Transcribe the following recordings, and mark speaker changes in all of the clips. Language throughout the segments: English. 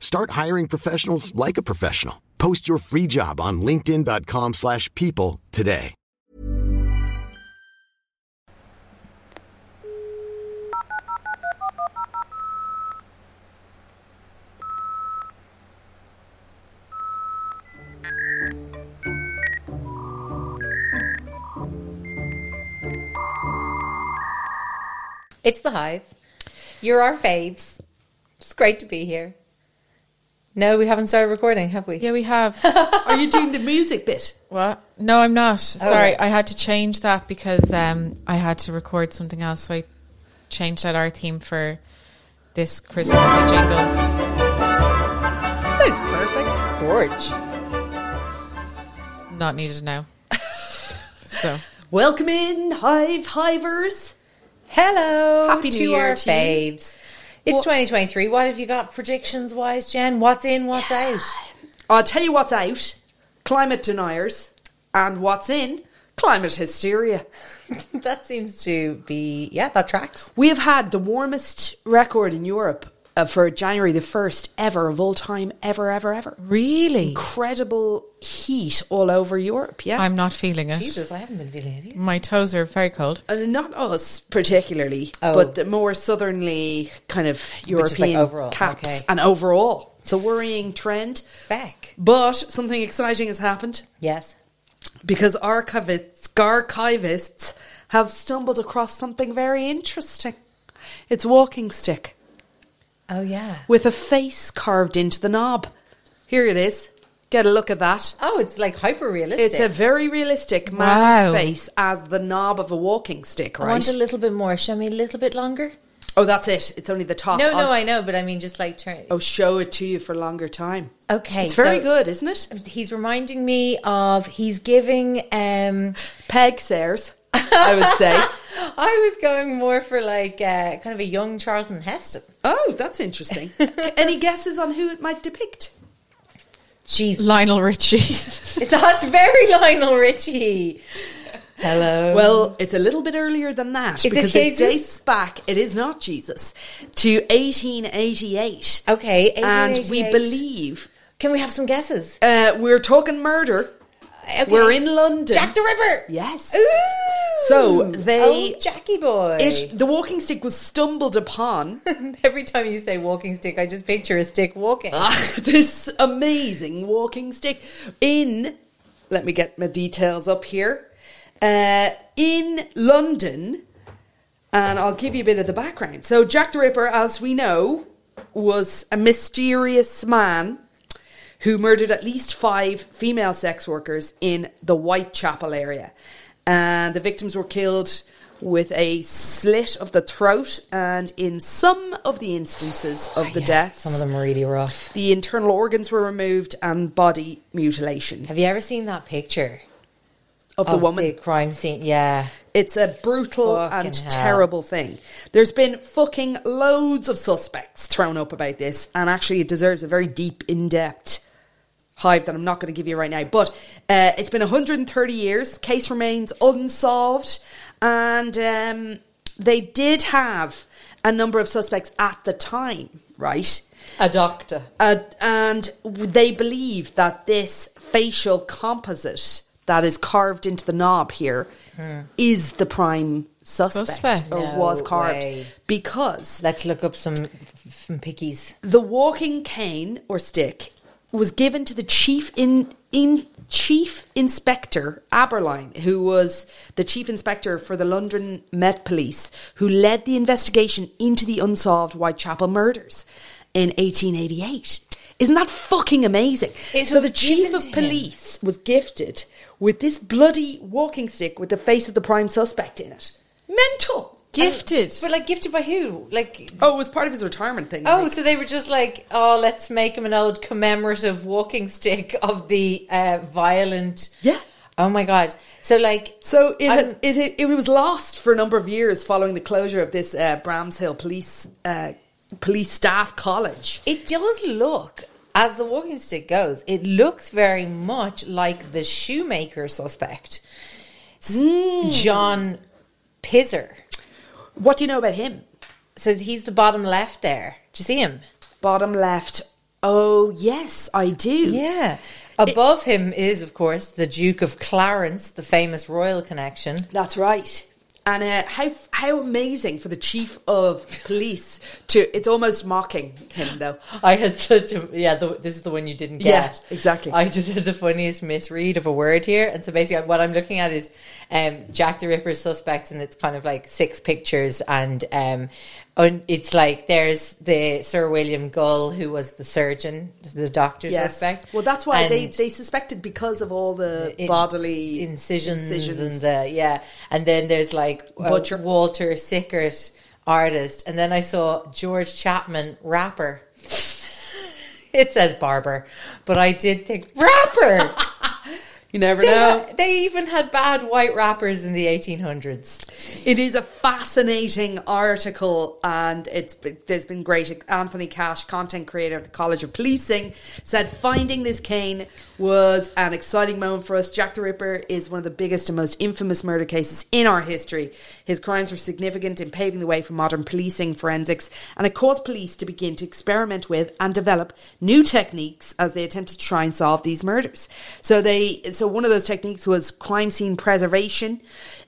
Speaker 1: Start hiring professionals like a professional. Post your free job on linkedin.com/people slash people today.
Speaker 2: It's the Hive. You're our faves. It's great to be here. No, we haven't started recording, have we?
Speaker 3: Yeah, we have. Are you doing the music bit? What? No, I'm
Speaker 2: Oh,
Speaker 3: not. Sorry, I had to change that because um, I had to record something else. So I changed out our theme for this Christmassy jingle.
Speaker 2: Sounds perfect. Gorge.
Speaker 3: Not needed now. so
Speaker 2: Welcome in, Hive Hivers. Hello.
Speaker 3: Happy
Speaker 2: to
Speaker 3: New Year
Speaker 2: our
Speaker 3: to you.
Speaker 2: faves. It's 2023. What have you got predictions wise, Jen? What's in, what's out?
Speaker 4: I'll tell you what's out climate deniers, and what's in climate hysteria.
Speaker 2: that seems to be, yeah, that tracks.
Speaker 4: We have had the warmest record in Europe uh, for January the 1st ever of all time, ever, ever, ever.
Speaker 2: Mm-hmm.
Speaker 3: really,
Speaker 4: Incredible heat all over Europe, yeah.
Speaker 3: I'm not feeling it.
Speaker 2: Jesus, I haven't been feeling it. either.
Speaker 3: My toes are very cold.
Speaker 4: Uh, not us particularly,
Speaker 2: Oh.
Speaker 4: but the more southernly kind of
Speaker 2: is like
Speaker 4: European
Speaker 2: overall,
Speaker 4: caps
Speaker 2: okay.
Speaker 4: and overall. It's a worrying trend.
Speaker 2: Feck.
Speaker 4: But something exciting has happened.
Speaker 2: Yes.
Speaker 4: because archivists, archivists have stumbled across something very interesting. It's a walking stick
Speaker 2: Oh, yeah.
Speaker 4: with a face carved into the knob. Here it is. Get a look at that.
Speaker 2: Oh, it's like hyper realistic.
Speaker 4: It's a very realistic man's
Speaker 3: Wow.
Speaker 4: face as the knob of a walking stick,
Speaker 2: I want
Speaker 4: right?
Speaker 2: a little bit more. Show me a little bit longer.
Speaker 4: oh, that's it. It's only the top.
Speaker 2: No, no,
Speaker 4: I'll-
Speaker 2: I know, but I mean, just like turn.
Speaker 4: Oh, show it to you for a longer time.
Speaker 2: Okay,
Speaker 4: It's very
Speaker 2: so-
Speaker 4: good, isn't it?
Speaker 2: He's reminding me of he's giving. um
Speaker 4: Peg Sayers, I would say.
Speaker 2: I was going more for like uh, kind of a young Charlton Heston.
Speaker 4: oh, that's interesting. Any guesses on who it might depict?
Speaker 2: Jesus,
Speaker 3: Lionel Richie.
Speaker 2: that's very Lionel Richie. Hello.
Speaker 4: Well, it's a little bit earlier than that
Speaker 2: Is it
Speaker 4: because
Speaker 2: Jesus?
Speaker 4: dates back. It is not Jesus to 1888.
Speaker 2: Okay,
Speaker 4: and we
Speaker 2: 1888.
Speaker 4: believe
Speaker 2: can we have some guesses?
Speaker 4: uh, we're talking murder.
Speaker 2: Okay.
Speaker 4: We're in London.
Speaker 2: Jack the Ripper.
Speaker 4: Yes.
Speaker 2: Ooh.
Speaker 4: So they-
Speaker 2: oh, Jackie boy.
Speaker 4: It, the walking stick was stumbled upon
Speaker 2: Every time you say walking stick, I just picture a stick walking.
Speaker 4: Ah, this amazing walking stick in. Let me get my details up here. Uh, in London and I'll give you a bit of the background. So, Jack the Ripper, as we know, was a mysterious man who murdered at least five female sex workers in the Whitechapel area. And the victims were killed with a slit of the throat, and in some of the instances of the deaths,
Speaker 2: Ah, Some of them are really rough.
Speaker 4: the internal organs were removed and body mutilation
Speaker 2: Have you ever seen that picture
Speaker 4: of the woman.
Speaker 2: the crime scene? Yeah,
Speaker 4: It's a brutal
Speaker 2: Fucking
Speaker 4: and
Speaker 2: hell.
Speaker 4: terrible thing. There's been fucking loads of suspects thrown up about this, and actually, it deserves a very deep, in depth hive that I'm not going to give you right now. But uh, it's been 130 years. Case remains unsolved, and um, they did have a number of suspects at the time, right?
Speaker 2: a doctor.
Speaker 4: Uh, and they believe that this facial composite that is carved into the knob here is the prime suspect,
Speaker 3: Suspect.
Speaker 4: or
Speaker 2: Hmm. No
Speaker 4: was carved
Speaker 2: way.
Speaker 4: because
Speaker 2: Let's look up some some pickies.
Speaker 4: the walking cane or stick was given to the chief in in chief inspector Aberline, who was the chief inspector for the London Met Police, who led the investigation into the unsolved Whitechapel murders in 1888. Isn't that fucking amazing?
Speaker 2: It
Speaker 4: so the
Speaker 2: was
Speaker 4: chief
Speaker 2: given
Speaker 4: of
Speaker 2: to him.
Speaker 4: police was gifted with this bloody walking stick with the face of the prime suspect in it. Mental.
Speaker 3: Gifted.
Speaker 2: But like gifted by who? Like
Speaker 4: Oh, it was part of his retirement thing.
Speaker 2: Oh, so they were just like, oh, let's make him an old commemorative walking stick of the uh, violent.
Speaker 4: Yeah.
Speaker 2: Oh my god. So like,
Speaker 4: So it,
Speaker 2: I'm-
Speaker 4: had, it it it was lost for a number of years following the closure of this uh, Bramshill Police uh, Police Staff College.
Speaker 2: it does look, as the walking stick goes, it looks very much like the shoemaker suspect, S- Hmm. John Pizzer.
Speaker 4: What do you know about him?
Speaker 2: So he's the bottom left there. Do you see him?
Speaker 4: Bottom left. Oh yes, I do.
Speaker 2: Yeah. Above him is, of course, the Duke of Clarence, the famous royal connection.
Speaker 4: that's right. And uh, how how amazing for the chief of police to it's almost mocking him though.
Speaker 2: I had such a yeah. The, this is the one you didn't get.
Speaker 4: Yeah, exactly.
Speaker 2: I just had the funniest misread of a word here, and so basically, what I'm looking at is um, Jack the Ripper's suspects, and it's kind of like six pictures, and um, un- it's like there's the Sir William Gull, who was the surgeon, the doctor suspect.
Speaker 4: Well, that's why they,
Speaker 2: and-
Speaker 4: they suspected because of all the
Speaker 2: in-
Speaker 4: bodily
Speaker 2: incisions,
Speaker 4: incisions. uh,
Speaker 2: and the yeah and then there's like uh,
Speaker 4: Butcher.
Speaker 2: Walter Sickert artist and then I saw George Chapman rapper it says barber but I did think rapper
Speaker 4: you never
Speaker 2: they,
Speaker 4: know.
Speaker 2: they even had bad white rappers in the 1800s
Speaker 4: It is a fascinating article, and it's there's been great. Anthony Cash, content creator at the College of Policing, said finding this cane was an exciting moment for us. Jack the Ripper is one of the biggest and most infamous murder cases in our history. His crimes were significant in paving the way for modern policing forensics, and it caused police to begin to experiment with and develop new techniques as they attempted to try and solve these murders. So they, so one of those techniques was crime scene preservation.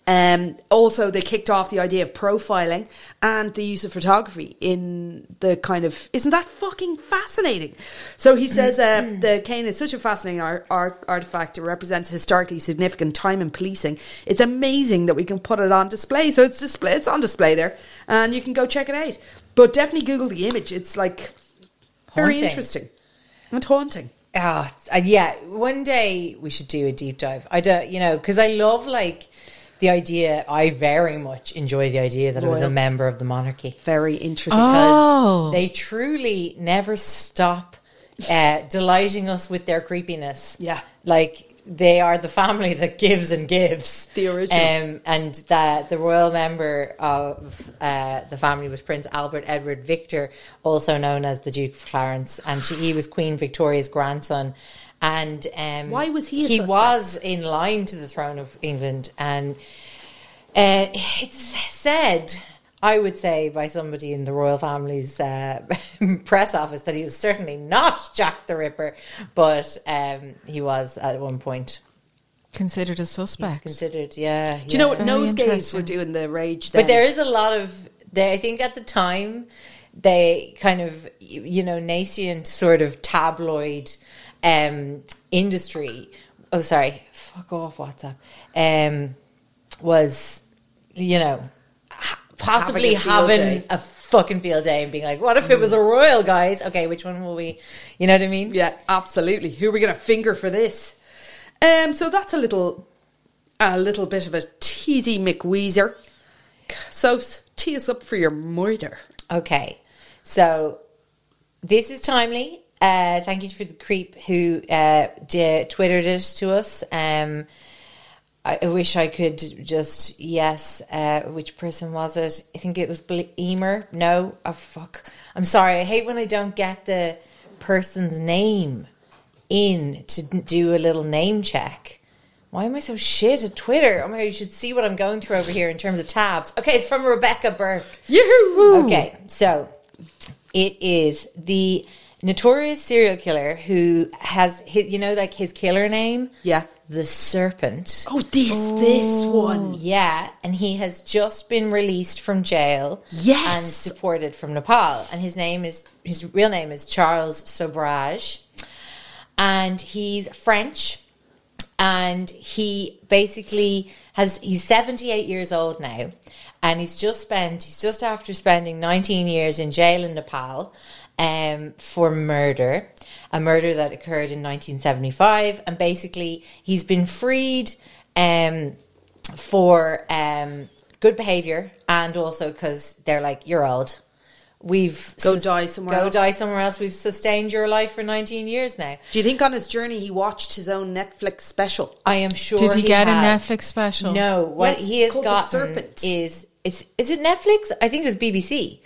Speaker 4: Um, also, they kicked off the idea of profiling and the use of photography in the kind of isn't that fucking fascinating? So he says uh, the cane is such a fascinating ar- ar- artifact. It represents historically significant time in policing. It's amazing that we can put it on display. So it's display. It's on display there, and you can go check it out. But definitely Google the image. It's like very
Speaker 2: Haunting.
Speaker 4: interesting and haunting.
Speaker 2: Ah, it's- uh, yeah. One day we should do a deep dive. I don't, you know, because I love like the idea. I very much enjoy the idea that I was a
Speaker 4: Royal.
Speaker 2: member of the monarchy.
Speaker 4: Very interesting.
Speaker 3: Oh.
Speaker 2: They truly never stop uh, delighting us with their creepiness.
Speaker 4: Yeah.
Speaker 2: Like they are the family that gives and gives.
Speaker 4: The original.
Speaker 2: Um, and that the royal member of uh, the family was Prince Albert Edward Victor, also known as the Duke of Clarence. And she, he was Queen Victoria's grandson. And um,
Speaker 4: Why was he a
Speaker 2: he
Speaker 4: suspect?
Speaker 2: was in line to the throne of England. And uh, it's said, I would say, by somebody in the royal family's uh, press office that he was certainly not Jack the Ripper, but um, he was at one point.
Speaker 3: Considered a
Speaker 2: He's
Speaker 3: suspect.
Speaker 2: considered, yeah.
Speaker 4: Do you know what
Speaker 3: Very
Speaker 4: nosegays
Speaker 3: interesting.
Speaker 4: were doing the rage? Then?
Speaker 2: But there is a lot of, they, I think at the time, they kind of, you you know, nascent sort of tabloid um, industry. Oh, sorry. Fuck off, WhatsApp. Um, was, you know, ha- possibly
Speaker 4: Having a field
Speaker 2: having,
Speaker 4: day. Mm.
Speaker 2: a fucking field day and being like, what if it was a royal, guys? Okay, which one will we? You know what I mean?
Speaker 4: Yeah, absolutely. Who are we going to finger for this? Um, so that's a little, a little bit of a teasy McWeezer. So tee us up for your murder.
Speaker 2: Okay, so this is timely. Uh, thank you for the creep who uh, d- twittered it to us. Um, I, I wish I could just yes. Uh, which person was it? I think it was Ble- Emer. No, oh fuck. I'm sorry. I hate when I don't get the person's name in to d- do a little name check. Why am I so shit at Twitter? Oh my god, you should see what I'm going through over here in terms of tabs. Okay, it's from Rebecca Burke.
Speaker 4: Yoo-hoo!
Speaker 2: Okay, so it is the notorious serial killer who has his, you know, like his killer name.
Speaker 4: Yeah.
Speaker 2: the Serpent.
Speaker 4: Oh, this, this one.
Speaker 2: Yeah, and he has just been released from jail.
Speaker 4: Yes.
Speaker 2: and deported from Nepal, and his name is his real name is Charles Sobrage, and he's French, and he basically has he's seventy eight years old now, and he's just spent he's just after spending nineteen years in jail in Nepal. Um, for murder, a murder that occurred in 1975, and basically he's been freed um, for um, good behavior and also because they're like you're old. We've
Speaker 4: Go die somewhere
Speaker 2: Go
Speaker 4: else."
Speaker 2: die somewhere else. We've sustained your life for 19 years now.
Speaker 4: Do you think on his journey he watched his own Netflix special?
Speaker 2: I am sure.
Speaker 3: Did he get a
Speaker 2: has.
Speaker 3: Netflix special?
Speaker 2: No. What
Speaker 4: Yes,
Speaker 2: he has
Speaker 4: called The
Speaker 2: got
Speaker 4: Serpent.
Speaker 2: is it's is it Netflix? I think it was BBC.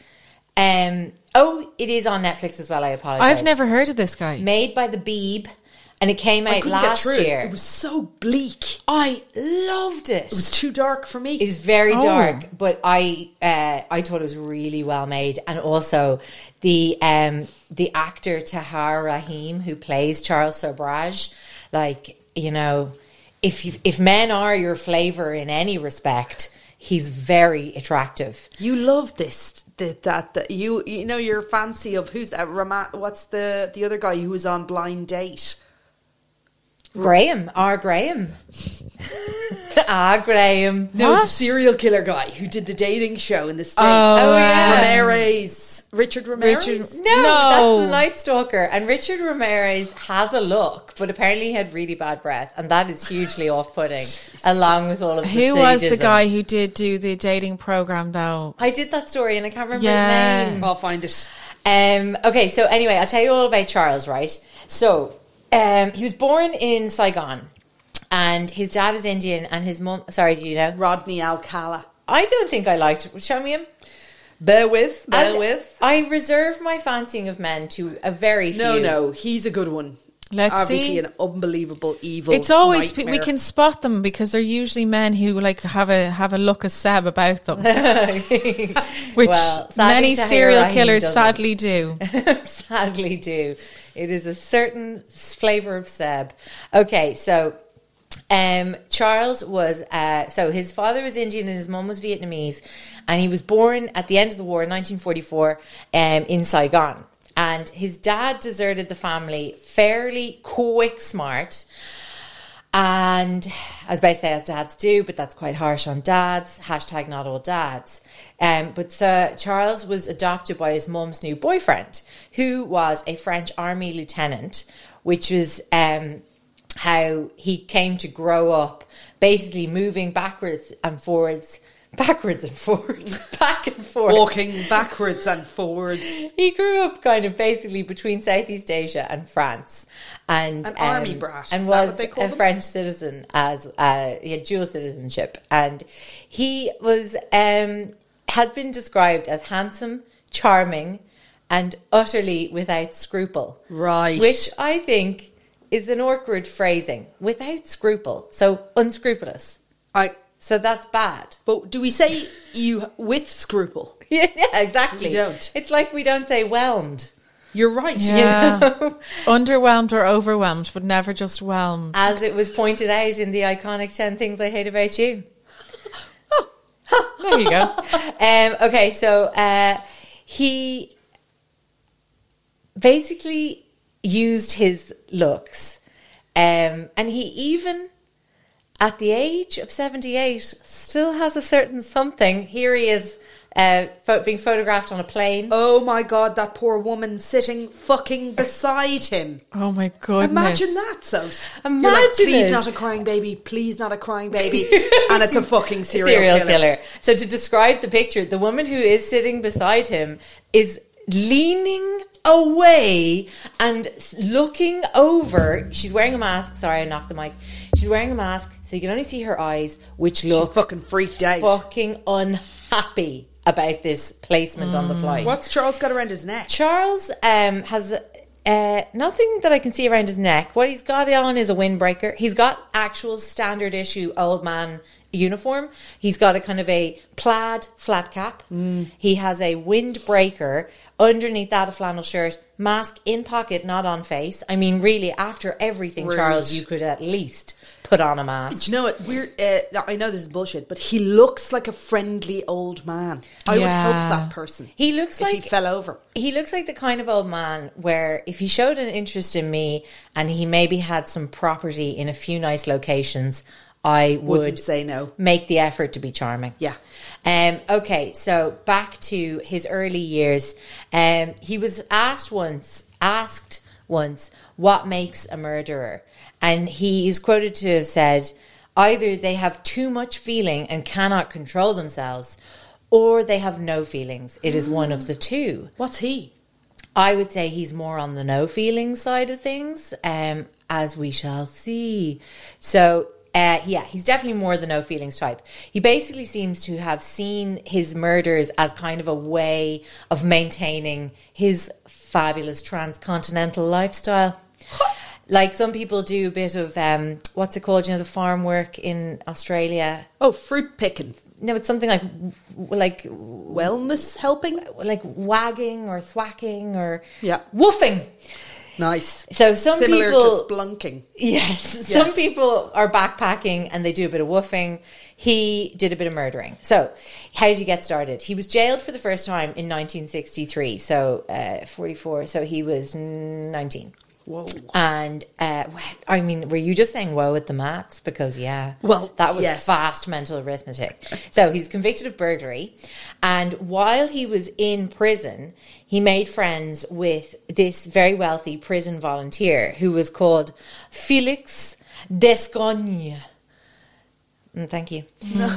Speaker 2: Um. Oh, it is on Netflix as well. I apologize.
Speaker 3: I've never heard of this guy.
Speaker 2: made by the Beeb, and it came
Speaker 4: I
Speaker 2: out
Speaker 4: couldn't
Speaker 2: last
Speaker 4: get through. it.
Speaker 2: year.
Speaker 4: It was so bleak.
Speaker 2: I loved it.
Speaker 4: It was too dark for me.
Speaker 2: It's very
Speaker 3: Oh.
Speaker 2: dark, but I uh, I thought it was really well made, and also the um, the actor Tahar Rahim who plays Charles Sobrage, like you know, if you, if men are your flavor in any respect, he's very attractive.
Speaker 4: You love this that, that that you you know your fancy of who's that Rama, what's the the other guy who was on Blind Date?
Speaker 2: Graham, R. Graham, ah Graham.
Speaker 4: No,
Speaker 3: What?
Speaker 4: the serial killer guy who did the dating show in the states.
Speaker 3: Oh, Oh,
Speaker 2: yeah.
Speaker 4: Ramirez, Richard Ramirez.
Speaker 3: Richard-
Speaker 2: No,
Speaker 3: No.
Speaker 2: that's the Night Stalker. And Richard Ramirez has a look, but apparently he had really bad breath, and that is hugely off-putting, along with all of the
Speaker 3: Who was the
Speaker 2: sadism.
Speaker 3: guy who did do the dating program though?
Speaker 2: I did that story, and I can't remember
Speaker 3: Yeah.
Speaker 2: his name.
Speaker 4: I'll find it.
Speaker 2: Um, okay, so anyway, I'll tell you all about Charles, right? So, um, he was born in Saigon, and his dad is Indian, and his mum. Sorry, do you know?
Speaker 4: Rodney Alcala.
Speaker 2: I don't think I liked. Show me him.
Speaker 4: Bear with, bear
Speaker 2: I-
Speaker 4: with.
Speaker 2: I reserve my fancying of men to a very few.
Speaker 4: No, no, he's a good one.
Speaker 3: Let's
Speaker 4: Obviously
Speaker 3: see.
Speaker 4: an unbelievable evil.
Speaker 3: It's always pe- we
Speaker 4: nightmare.
Speaker 3: can spot them because they're usually men who like have a have a look at Seb about them, which
Speaker 2: Well, sadly
Speaker 3: many
Speaker 2: Tahir
Speaker 3: serial
Speaker 2: Rahim
Speaker 3: killers
Speaker 2: doesn't.
Speaker 3: sadly do.
Speaker 2: sadly do. It is a certain flavor of Seb. Okay, so um, Charles was uh, so his father was Indian and his mom was Vietnamese, and he was born at the end of the war in 1944 um, in Saigon. And his dad deserted the family fairly quick, smart. And I was about to say as dads do, but that's quite harsh on dads. Hashtag not all dads. Um, but Sir Charles was adopted by his mum's new boyfriend, who was a French army lieutenant, which was um, how he came to grow up, basically moving backwards and forwards, backwards and forwards, back and forth
Speaker 4: walking backwards and forwards.
Speaker 2: he grew up kind of basically between Southeast Asia and France, and um,
Speaker 4: An army brat,
Speaker 2: and
Speaker 4: is that
Speaker 2: was
Speaker 4: what they call
Speaker 2: a
Speaker 4: them?
Speaker 2: French citizen as uh, he had dual citizenship, and he was um, had been described as handsome, charming, and utterly without scruple.
Speaker 4: Right.
Speaker 2: which I think is an awkward phrasing. Without scruple, so unscrupulous.
Speaker 4: I.
Speaker 2: So that's bad.
Speaker 4: But do we say you with scruple?
Speaker 2: yeah, exactly.
Speaker 4: We don't.
Speaker 2: It's like we don't say whelmed.
Speaker 4: You're right.
Speaker 3: Yeah, underwhelmed or overwhelmed, but never just whelmed.
Speaker 2: as it was pointed out in the iconic 10 things i hate about you
Speaker 3: There you go.
Speaker 2: um, okay so uh, he basically used his looks um, and he even at the age of 78 still has a certain something here he is uh, pho- being photographed on a plane.
Speaker 4: Oh my god, that poor woman sitting fucking beside him.
Speaker 3: Oh my goodness!
Speaker 4: Imagine that, so
Speaker 2: Imagine
Speaker 4: please
Speaker 2: it."
Speaker 4: not a crying baby, please not a crying baby, and it's a fucking serial,
Speaker 2: serial
Speaker 4: killer.
Speaker 2: killer. So to describe the picture, the woman who is sitting beside him is leaning away and s- looking over. She's wearing a mask. Sorry, I knocked the mic. She's wearing a mask, so you can only see her eyes, which
Speaker 4: She's
Speaker 2: look
Speaker 4: fucking freaked out.
Speaker 2: fucking unhappy about this placement on the flight.
Speaker 4: What's Charles got around his neck?
Speaker 2: Charles um, has uh, nothing that I can see around his neck. What he's got on is a windbreaker. He's got actual standard issue old man uniform. He's got a kind of a plaid flat cap. He has a windbreaker underneath that a flannel shirt, mask in pocket, not on face. I mean, really, after everything,
Speaker 4: Rude.
Speaker 2: Charles, you could at least put on a mask.
Speaker 4: Do you know what? We're. Uh, I know this is bullshit, but he looks like a friendly old man. I would help
Speaker 3: Yeah.
Speaker 4: that person.
Speaker 2: He looks
Speaker 4: if
Speaker 2: like
Speaker 4: he fell over.
Speaker 2: He looks like the kind of old man where if he showed an interest in me and he maybe had some property in a few nice locations, I would
Speaker 4: Wouldn't say no.
Speaker 2: Make the effort to be charming.
Speaker 4: Yeah.
Speaker 2: Um, okay, so back to his early years. Um, he was asked once, asked once, what makes a murderer, and he is quoted to have said, either they have too much feeling and cannot control themselves, or they have no feelings. It is one of the two.
Speaker 4: What's he?
Speaker 2: I would say he's more on the no feeling side of things, um, as we shall see. So, uh, yeah, he's definitely more the no feelings type. He basically seems to have seen his murders as kind of a way of maintaining his fabulous transcontinental lifestyle. Like some people do a bit of um, what's it called? You know, the farm work in Australia.
Speaker 4: Oh, fruit picking,
Speaker 2: No, it's something like like
Speaker 4: wellness helping.
Speaker 2: like wagging or thwacking or
Speaker 4: Yeah.
Speaker 2: woofing.
Speaker 4: Nice.
Speaker 2: So some
Speaker 4: similar
Speaker 2: people-
Speaker 4: to splunking.
Speaker 2: Yes. Some
Speaker 4: Yes.
Speaker 2: people are backpacking and they do a bit of woofing. He did a bit of murdering. So, how did he get started? He was jailed for the first time in 1963. So, uh, 44. So, he was 19. Whoa. And uh, I mean, were you just saying whoa at the maths? Because, yeah.
Speaker 4: Well,
Speaker 2: that was
Speaker 4: yes.
Speaker 2: fast mental arithmetic. so, he was convicted of burglary. And while he was in prison, he made friends with this very wealthy prison volunteer who was called Felix Descogne. Mm, Thank you.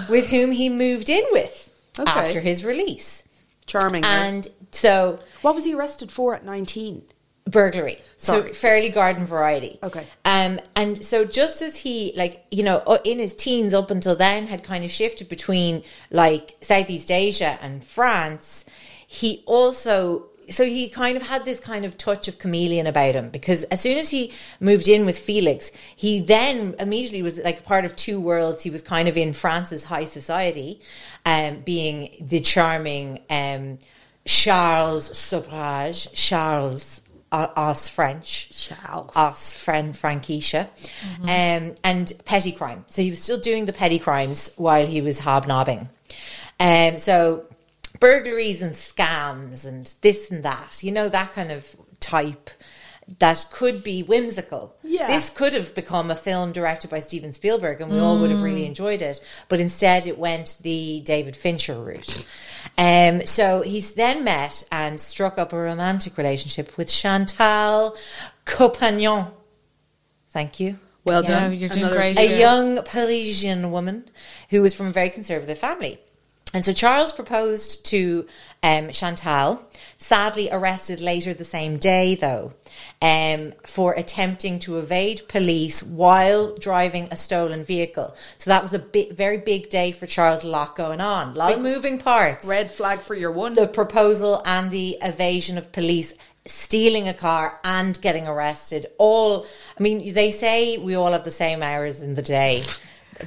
Speaker 2: With whom he moved in with
Speaker 4: Okay.
Speaker 2: after his release.
Speaker 4: Charming. right?
Speaker 2: And so
Speaker 4: what was he arrested for at nineteen?
Speaker 2: burglary. So
Speaker 4: Sorry.
Speaker 2: fairly garden variety.
Speaker 4: Okay.
Speaker 2: Um, and so just as he like you know uh, in his teens up until then had kind of shifted between like Southeast Asia and France, he also so he kind of had this kind of touch of chameleon about him because as soon as he moved in with Felix, he then immediately was like part of two worlds. He was kind of in France's high society, um, being the charming um, Charles Soprage, Charles uh, us French,
Speaker 4: Charles. Mm-hmm.
Speaker 2: us friend Frankisha, um, and petty crime. So he was still doing the petty crimes while he was hobnobbing. Um, so burglaries and scams and this and that, you know, that kind of type that could be whimsical.
Speaker 4: Yeah.
Speaker 2: This could have become a film directed by Steven Spielberg and we all would have really enjoyed it. But instead, it went the David Fincher route. Um, so he's then met and struck up a romantic relationship with Chantal Copagnon. Thank you.
Speaker 4: Well
Speaker 3: Yeah,
Speaker 4: done.
Speaker 3: you're doing
Speaker 4: Another-
Speaker 3: great.
Speaker 2: A young Parisian woman who was from a very conservative family. And so Charles proposed to um, Chantal, sadly arrested later the same day, though, um, for attempting to evade police while driving a stolen vehicle. So that was a bi- very big day for Charles, a lot going on, a lot of moving parts
Speaker 4: Red flag for your one.
Speaker 2: the proposal and the evasion of police stealing a car and getting arrested all i mean they say we all have the same hours in the day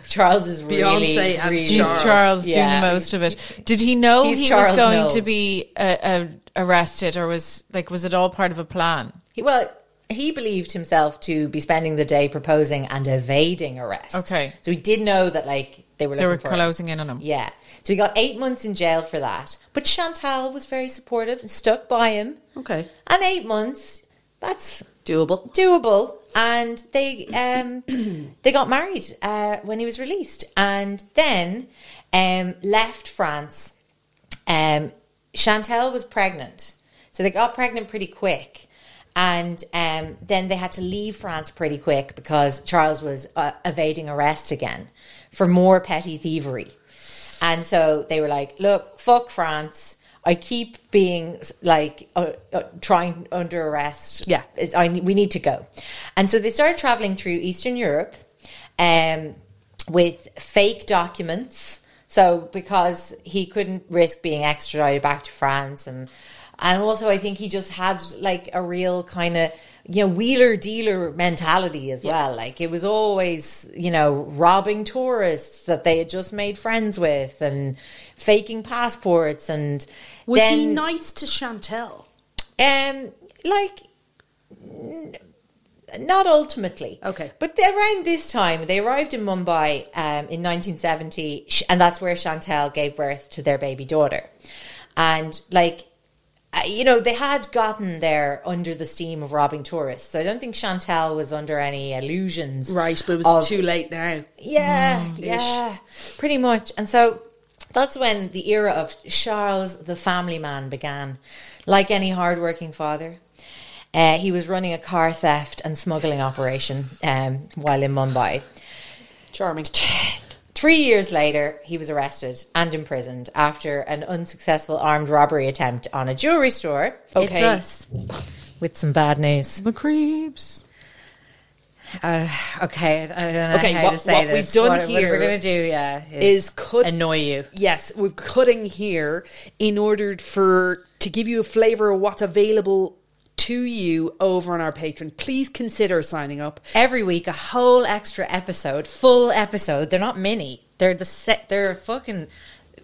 Speaker 2: charles is really,
Speaker 4: Beyonce and
Speaker 2: really-
Speaker 3: He's Charles,
Speaker 2: Yeah.
Speaker 3: doing the most of it. Did he know
Speaker 2: He's
Speaker 3: he
Speaker 2: Charles
Speaker 3: was going
Speaker 2: Knowles.
Speaker 3: to be uh, uh, arrested, or was like was it all part of a plan?
Speaker 2: He- well he believed himself to be spending the day proposing and evading arrest
Speaker 3: Okay.
Speaker 2: so he did know that like they were looking
Speaker 3: They were
Speaker 2: for him.
Speaker 3: closing in on him.
Speaker 2: Yeah. So he got eight months in jail for that. But Chantal was very supportive and stuck by him.
Speaker 4: Okay.
Speaker 2: And eight months, that's
Speaker 4: Doable.
Speaker 2: Doable. And they um, they got married uh, when he was released and then um, left France. Uh, Um, Chantel was pregnant, so they got pregnant pretty quick, and um, then they had to leave France pretty quick because Charles was uh, evading arrest again for more petty thievery, and so they were like, "Look, fuck France." I keep being like uh, uh, trying under arrest. Yeah, it's- I, we need to go, and so they started traveling through Eastern Europe, um, with fake documents. So because he couldn't risk being extradited back to France, and and also I think he just had like a real kind of you know wheeler dealer mentality as well. Like it was always you know robbing tourists that they had just made friends with and faking passports and
Speaker 4: Was
Speaker 2: then,
Speaker 4: he nice to Chantel?
Speaker 2: um, like n- not ultimately.
Speaker 4: Okay.
Speaker 2: but around this time they arrived in Mumbai um, in 1970, sh- and that's where Chantel gave birth to their baby daughter. And like, uh, you know, they had gotten there under the steam of robbing tourists, so I don't think Chantel was under any illusions.
Speaker 4: Right, but it was
Speaker 2: of-
Speaker 4: too late now.
Speaker 2: yeah, yeah, pretty much. And so that's when the era of Charles the family man began. Like any hardworking father, uh, he was running a car theft and smuggling operation um, while in Mumbai.
Speaker 4: Charming.
Speaker 2: Three years later, he was arrested and imprisoned after an unsuccessful armed robbery attempt on a jewelry store.
Speaker 4: Okay.
Speaker 2: It's us. With some bad news.
Speaker 3: The creeps.
Speaker 2: Uh, okay, I don't know
Speaker 4: Okay,
Speaker 2: how
Speaker 4: what-
Speaker 2: to say
Speaker 4: what we've
Speaker 2: this.
Speaker 4: done
Speaker 2: what, what
Speaker 4: here
Speaker 2: we're going to do, yeah,
Speaker 4: is cut-
Speaker 2: annoy you.
Speaker 4: Yes, we're cutting here in order for to give you a flavour of what's available to you over on our Patreon. Please consider signing up.
Speaker 2: every week a whole extra episode, full episode. They're not mini. They're the set. They're a fucking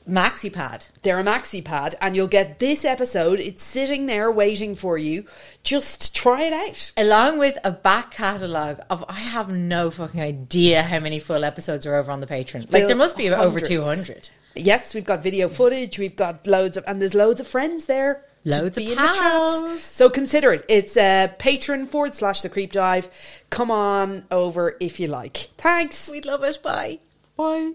Speaker 2: maxi pad.
Speaker 4: They're a maxi pad, and you'll get this episode. It's sitting there waiting for you. Just try it out.
Speaker 2: Along with a back catalogue of, I have no fucking idea how many full episodes are over on the Patreon. Like, there must be over
Speaker 4: Hundreds.
Speaker 2: 200.
Speaker 4: Yes, we've got video footage. We've got loads of, and there's loads of friends there. to
Speaker 2: Loads of
Speaker 4: be in the chats.
Speaker 2: pals.
Speaker 4: So consider it. It's uh, patron forward slash the creep dive. Come on over if you like. Thanks.
Speaker 2: We'd love it. Bye.
Speaker 3: Why?